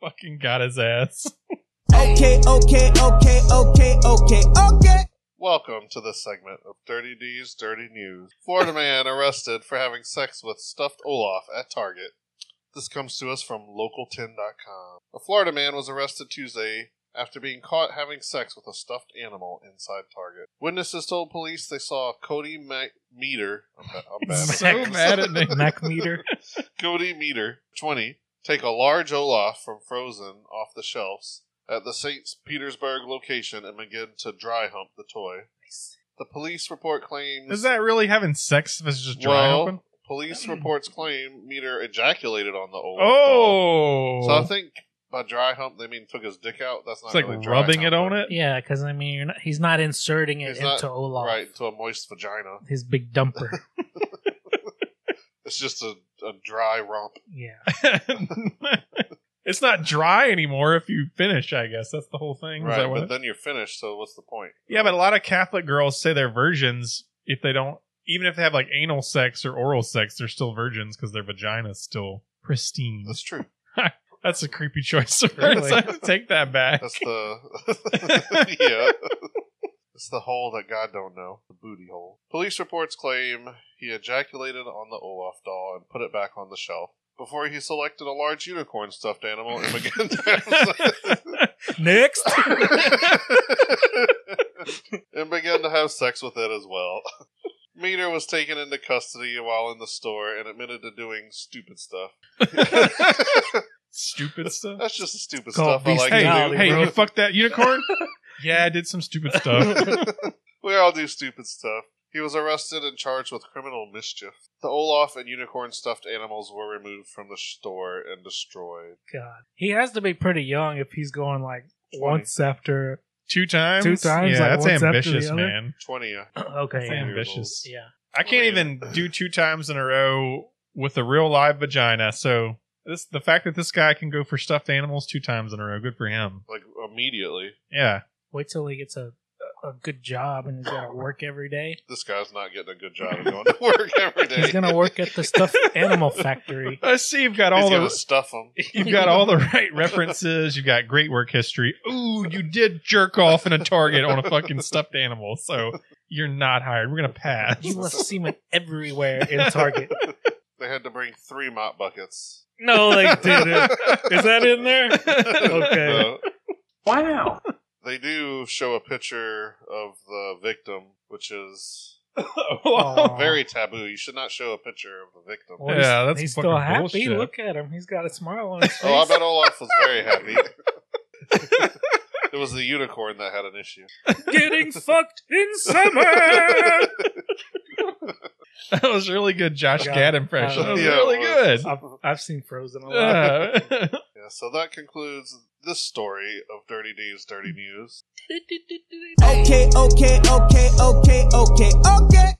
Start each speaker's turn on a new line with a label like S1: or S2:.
S1: fucking got his ass.
S2: Okay, okay, okay, okay, okay, okay.
S3: Welcome to this segment of Dirty D's Dirty News. Florida man arrested for having sex with stuffed Olaf at Target. This comes to us from local10.com. A Florida man was arrested Tuesday after being caught having sex with a stuffed animal inside Target. Witnesses told police they saw Cody Mac- Meter. I'm, ba- I'm bad at
S1: So
S3: names.
S1: mad at me.
S4: Mac meter.
S3: Cody Meter, 20, take a large Olaf from Frozen off the shelves at the St. Petersburg location and begin to dry hump the toy. The police report claims
S1: Is that really having sex if it's just dry
S3: Well,
S1: humping?
S3: police reports claim Meter ejaculated on the Olaf. doll.
S1: Oh,
S3: So I think by dry hump they mean took his dick out. That's not
S1: it's like
S3: really dry
S1: rubbing it on it.
S3: humping.
S4: Yeah, because I mean, you're not, he's not inserting it
S3: He's not-
S4: into Olaf,
S3: Right, into a moist vagina.
S4: his big dumper.
S3: It's just a, a dry romp.
S4: yeah,
S1: it's not dry anymore if you finish. I guess that's the whole thing. Is
S3: Right,
S1: that what
S3: but
S1: it-
S3: then you're finished, so what's the point?
S1: yeah, but a lot of Catholic girls say they're virgins if they don't, even if they have like anal sex or oral sex, they're still virgins because their vagina's still pristine.
S3: That's true.
S1: That's a creepy choice of
S4: Really?
S1: words. I have to take that back.
S3: That's the yeah. It's the hole that God don't know, the booty hole. Police reports claim he ejaculated on the Olaf doll and put it back on the shelf before he selected a large unicorn stuffed animal and began to have
S4: next.
S3: sex. and began to have sex with it as well. Meter was taken into custody while in the store and admitted to doing stupid stuff.
S1: stupid stuff.
S3: That's just the stupid stuff
S4: Called
S3: I like
S1: Hey,
S3: to do.
S4: bestiality,
S1: hey,
S3: bro.
S1: you fucked that unicorn? yeah, I did some stupid stuff.
S3: we all do stupid stuff. He was arrested and charged with criminal mischief. The Olaf and unicorn stuffed animals were removed from the store and destroyed.
S4: God, he has to be pretty young if he's going like once after.
S1: Two times.
S4: Two times,
S1: Yeah,
S4: like, once
S1: that's
S4: after the
S1: ambitious,
S4: other?
S1: man.
S3: 20. uh,
S4: okay,
S1: That's
S3: Same.
S4: yeah.
S1: ambitious.
S4: yeah.
S1: I can't
S3: Man.
S1: even do two times in a row with a real live vagina. So this the fact that this guy can go for stuffed animals two times in a row, good for him.
S3: Like, immediately.
S1: Yeah.
S4: Wait till he gets a a good job and he's got to work every day.
S3: This guy's not getting a good job of going to work every day.
S4: He's gonna work at the stuffed animal factory.
S1: I Uh, see you've got
S3: He's
S1: all
S3: gonna
S1: the
S3: stuff them.
S1: you've got all the right references. You've got great work history. Ooh, you did jerk off in a target on a fucking stuffed animal. So you're not hired. We're gonna pass.
S4: You left semen everywhere in Target.
S3: They had to bring three mop buckets.
S4: No, they didn't. Is that in there? Okay.
S3: No.
S2: Why now?
S3: they do show a picture of the victim, which is
S4: Aw.
S3: very taboo. You should not show a picture of the victim.
S4: Well,
S1: Yeah,
S4: he's-
S1: that's
S4: he's
S1: fucking
S4: still happy.
S1: bullshit.
S4: Look at him. He's got a smile on his face.
S3: Oh, I bet Olaf was very happy. it was the unicorn that had an issue.
S4: Getting fucked in summer.
S1: That was really good, Josh
S4: Yeah.
S1: Gad impression.
S4: Uh,
S1: That was
S3: yeah, it
S1: really
S3: was.
S1: good.
S4: I've, I've seen Frozen a lot.
S1: Uh,
S3: Yeah, so that concludes this story of Dirty D's Dirty News.
S2: Okay, okay, okay, okay, okay, okay.